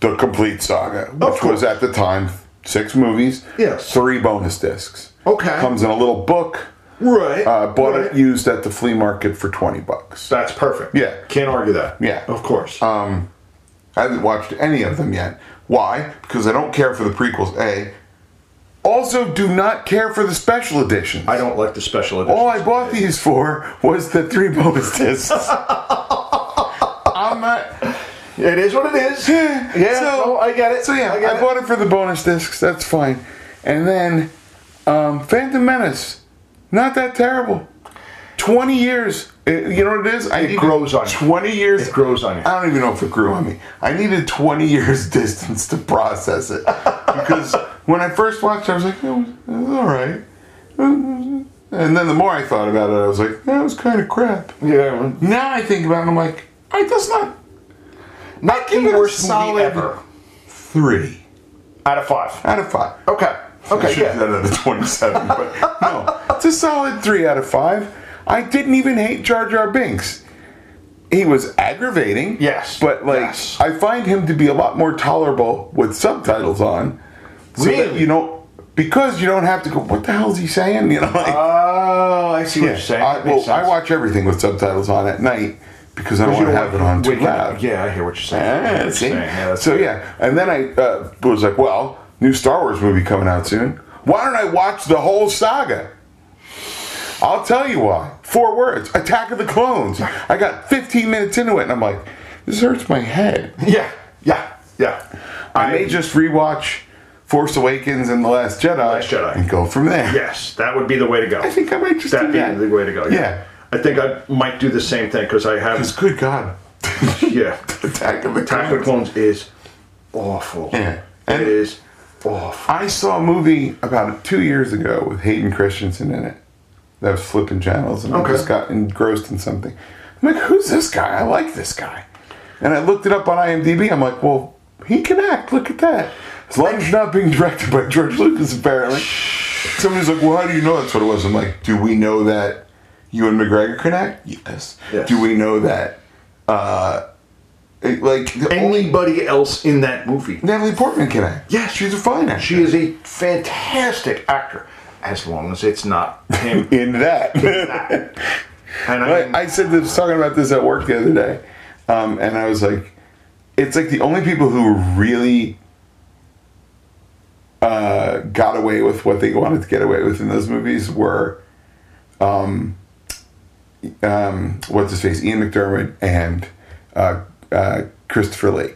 S2: The Complete Saga, which was
S3: course.
S2: at the time six movies,
S3: Yes.
S2: three bonus discs.
S3: Okay.
S2: Comes in a little book.
S3: Right.
S2: I bought
S3: right.
S2: it used at the flea market for 20 bucks.
S3: That's perfect. Uh,
S2: Yeah.
S3: Can't argue that.
S2: Yeah.
S3: Of course.
S2: I haven't watched any of them yet. Why? Because I don't care for the prequels, A. Also, do not care for the special editions.
S3: I don't like the special edition.
S2: All I bought these for was the three bonus discs. <laughs> I'm not.
S3: It is what it <sighs> is. yeah. no, I get it.
S2: So yeah,
S3: I,
S2: I,
S3: get it.
S2: bought it for the bonus discs. That's fine. And then, um, Phantom Menace, not that terrible. Twenty years. uh, you know what it is? I needed
S3: grows on you.
S2: Twenty years.
S3: It grows on you.
S2: I don't even know if it grew on me. I needed twenty years <laughs> distance to process it because when I first watched, it, I was like, oh, it was all right. And then the more I thought about it, I was like, that was kind of crap.
S3: Yeah. well,
S2: Now I think about it, I'm like, I that's not
S3: Not
S2: give
S3: the
S2: it a
S3: worst
S2: solid-
S3: movie ever.
S2: three
S3: Out of five.
S2: out of five.
S3: Okay.
S2: I
S3: Okay.
S2: should have
S3: Yeah.
S2: done it at 27, but no. <laughs> It's a solid 3 out of 5. I didn't even hate Jar Jar Binks. He was aggravating.
S3: Yes,
S2: But, like,
S3: yes.
S2: I find him to be a lot more tolerable with subtitles on. So that
S3: Really?
S2: you know, because you don't have to go, what the hell is he saying? You know, like,
S3: Oh, I see what you're saying.
S2: I,
S3: That
S2: well,
S3: makes sense.
S2: I watch everything with subtitles on at night because I don't
S3: You
S2: want to
S3: don't
S2: have it on
S3: want-
S2: too
S3: wait, yeah,
S2: loud.
S3: Yeah, I hear what you're saying. I hear what
S2: Ah,
S3: you're
S2: see?
S3: saying. Yeah, that's-
S2: so yeah, and then I uh, was like, well, new Star Wars movie coming out soon. Why don't I watch the whole saga? I'll tell you why. Four words: Attack of the Clones. I got 15 minutes into it, and I'm like, this hurts my head.
S3: yeah, yeah, yeah.
S2: I may just rewatch Force Awakens and The Last Jedi,
S3: Last Jedi.
S2: and go from there.
S3: Yes, that would be the way to go.
S2: I think I might just
S3: That'd
S2: do
S3: be
S2: that.
S3: the way to go.
S2: Yeah.
S3: I think I might do the same thing because
S2: <laughs>
S3: I have.
S2: Because good God,
S3: yeah.
S2: Attack of the
S3: Attack of the
S2: Clones.
S3: Clones is awful.
S2: Yeah. And-
S3: it is awful.
S2: I saw a movie about two years ago with Hayden Christensen in it. That was flipping channels, and I
S3: Okay.
S2: just got engrossed in something. I'm like, who's this guy? I like this guy. And I looked it up on IMDb. I'm like, well, he can act. Look at that. As long as it's not being directed by George Lucas, apparently. Somebody's like, well, how do you know that's what it was? I'm like, do we know that you and McGregor can act? Yes.
S3: Yes.
S2: Do we know that? Uh, it- like, the only
S3: Anybody else in that movie?
S2: Natalie Portman can act.
S3: Yes.
S2: she's a fine actor.
S3: She is a fantastic actor, as long as it's not
S2: <laughs>
S3: him.
S2: in that.
S3: and I, mean,
S2: I, I said this, talking about this at work the other day, um, and I was like, it's like the only people who really uh, got away with what they wanted to get away with in those movies were, um, um, what's his face, Ian McDermott and uh, uh, Christopher Lee.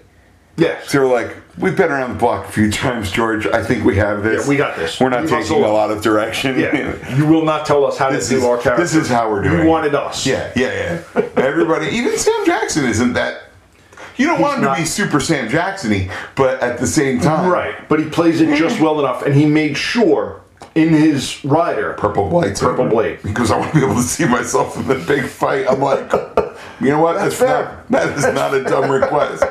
S3: Yes.
S2: So we're like, we've been around the block a few <laughs> times, George. I think we have this.
S3: Yeah, we got this.
S2: We're not
S3: We
S2: taking
S3: hustle.
S2: a lot of direction. <laughs>
S3: Yeah. you will not tell us how
S2: This
S3: to do
S2: is-
S3: our character.
S2: this is how we're doing it.
S3: You wanted us.
S2: Yeah, yeah, yeah. Everybody, even Sam Jackson isn't that. You don't want him
S3: not-
S2: to be super Sam Jackson-y, but at the same time,
S3: Right. But he plays it just well enough, and he made sure in his rider.
S2: Purple Blade.
S3: Purple Blade.
S2: Because I want to be able to see myself in the big fight. I'm like, <laughs> you know what? That's,
S3: fair.
S2: Not, that is not a dumb request.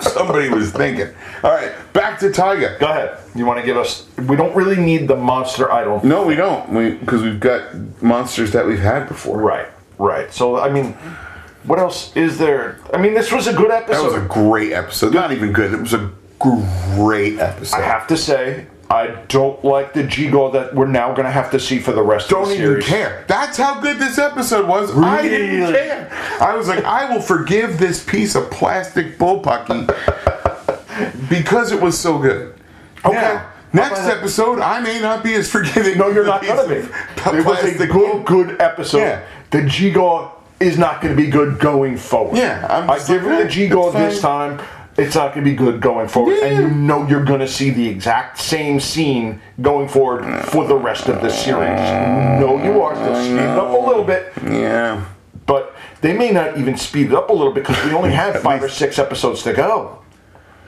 S2: Somebody was thinking. All right, back to Tyga.
S3: Go ahead. You want to give us? We don't really need the monster idol.
S2: No, we don't. We because we've got monsters that we've had before.
S3: Right. Right. So I mean, what else is there? I mean, this was a good
S2: That
S3: episode.
S2: was a great episode. Not even good. It was a great episode.
S3: I have to say, I don't like the Jigo that we're now going to have to see for the rest of
S2: don't
S3: the
S2: even
S3: series.
S2: care. That's how good this episode was. I didn't
S3: Really?
S2: care. I was like, I will forgive this piece of plastic bullpucky because it was so good.
S3: Okay.
S2: Now, next episode, I may not be as forgiving.
S3: No, you're
S2: of the
S3: not
S2: piece
S3: going
S2: <laughs>
S3: to be.
S2: of
S3: It was a
S2: plastic
S3: good, good episode.
S2: Yeah.
S3: The Jigo is not going to be good going forward.
S2: Yeah, I'm
S3: I
S2: just
S3: give
S2: like,
S3: it
S2: eh,
S3: the Jigo
S2: it's
S3: this time. It's not going to be good going forward, and
S2: Yeah.
S3: you know you're going to see the exact same scene going forward for the rest of the series. No, you are. They'll speed it up a little bit,
S2: Yeah.
S3: but they may not even speed it up a little bit because we only have five or six episodes to go.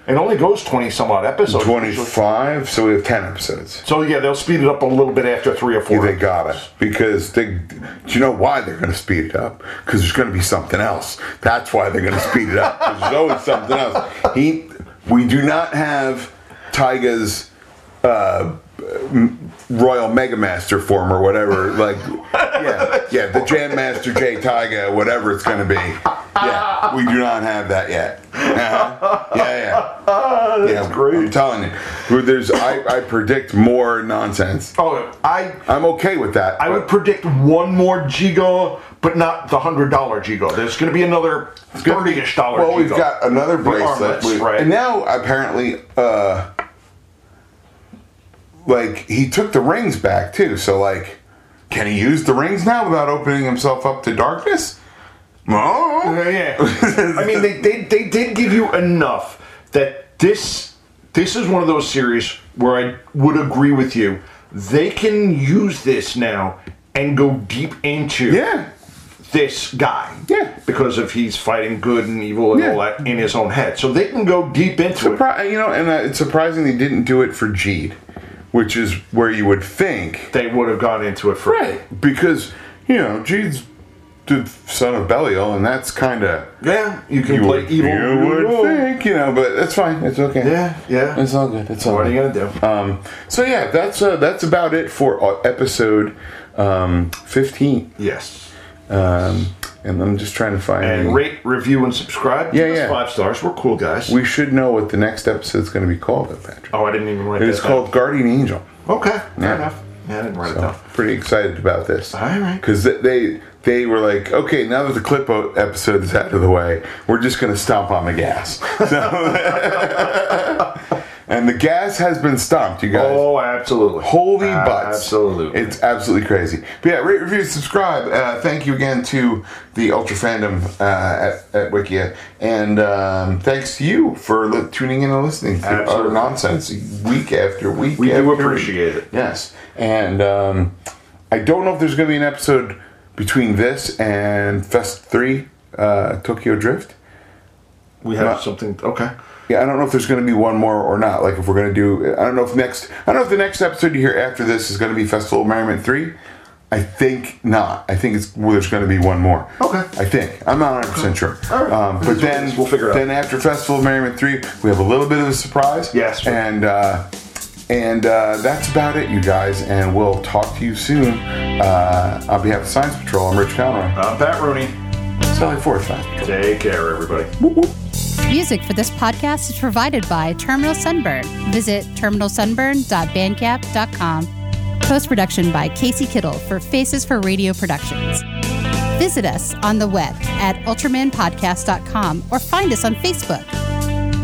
S3: It only goes twenty some odd episodes. usually.
S2: 25, so we have 10 episodes.
S3: So yeah, they'll speed it up a little bit after three or four.
S2: They got it because they. Do you know why they're going to speed it up? Because there's going to be something else. That's why they're going to speed it up. 'cause There's always something else. He, we do not have Tyga's uh, m- Royal Mega Master form or whatever. Like, yeah, yeah, the Jam Master J Tyga, whatever it's going to be. Yeah, we do not have that yet. Uh-huh. Yeah, yeah. yeah,
S3: great.
S2: I'm telling you, there's. I, I predict more nonsense.
S3: Oh, I
S2: I'm okay with that.
S3: I would
S2: but-
S3: predict one more Gigo, but not the hundred dollar Gigo. There's going to be another thirty-ish dollar.
S2: Well, we've
S3: Gigo.
S2: got another
S3: The
S2: bracelet,
S3: armlets,
S2: We-
S3: right.
S2: and now apparently, uh, like he took the rings back too. So like, can he use the rings now without opening himself up to darkness? No.
S3: Yeah,
S2: <laughs>
S3: yeah. I mean, they, they they did give you enough that this this is one of those series where I would agree with you. They can use this now and go deep into
S2: Yeah.
S3: this guy.
S2: Yeah.
S3: Because if he's fighting good and evil and
S2: Yeah.
S3: all that in his own head. So they can go deep into it.
S2: Surpri- you know, and uh, it's surprising they didn't do it for Jeed, which is where you would think
S3: They would have gone into it for
S2: because you know Jeed's the son of Belial, and that's kind of.
S3: Yeah, you can
S2: You
S3: play
S2: would,
S3: evil.
S2: you would think, you know, but it's fine. It's okay.
S3: Yeah, yeah.
S2: It's all good. It's all
S3: What are you
S2: good.
S3: gonna do?
S2: Um, so yeah, that's uh, that's about it for uh, episode um, fifteen.
S3: yes.
S2: Um, and I'm just trying to find.
S3: And
S2: the-
S3: rate, review, and subscribe.
S2: Yeah,
S3: Give us
S2: yeah.
S3: Five stars. We're cool guys.
S2: we should know what the next episode's going to be called, though, Patrick.
S3: oh, I didn't even write
S2: It is
S3: that down.
S2: called Guardian Angel.
S3: Okay, fair
S2: Yeah.
S3: enough. Yeah, I didn't write it
S2: So,
S3: down.
S2: pretty excited about this.
S3: Oh. All right.
S2: Because they they were like, okay, now that the clip o- episode is out of the way, we're just gonna stomp on the gas. <laughs> So- <laughs> and the gas has been stomped, you guys.
S3: Oh, absolutely.
S2: Holy butts.
S3: Ah, Absolutely.
S2: It's absolutely crazy. But yeah, rate, review, subscribe. Uh, thank you again to the Ultra Fandom uh, at, at Wikia. And um, thanks to you for li- tuning in and listening to
S3: Absolutely.
S2: our nonsense week after week.
S3: We do
S2: after
S3: appreciate it.
S2: Yes. And um, I don't know if there's going to be an episode between this and Fest 3 uh, Tokyo Drift.
S3: we have
S2: not-
S3: something. Okay.
S2: Yeah, I don't know if there's going to be one more or not. Like if we're going to do, I don't know if next, I don't know if the next episode you hear after this is going to be Festival of Merriment three. I think not. I think it's well, there's going to be one more.
S3: Okay.
S2: I think I'm not 100 percent sure.
S3: All right.
S2: Um, but
S3: We'll-
S2: then
S3: we'll figure it out.
S2: Then after Festival of Merriment three, we have a little bit of a surprise.
S3: Yes.
S2: And uh, and uh, that's about it, you guys. And we'll talk to you soon. Uh, on behalf of Science Patrol, I'm Rich Conroy.
S3: I'm Uh, Pat Rooney.
S2: Sally Forth, Science Patrol.
S3: Take care, everybody.
S1: Music for this podcast is provided by Terminal Sunburn. Visit terminalsunburn.bandcamp.com. Post production by Casey Kittle for Faces for Radio Productions. Visit us on the web at ultramanpodcast.com or find us on Facebook.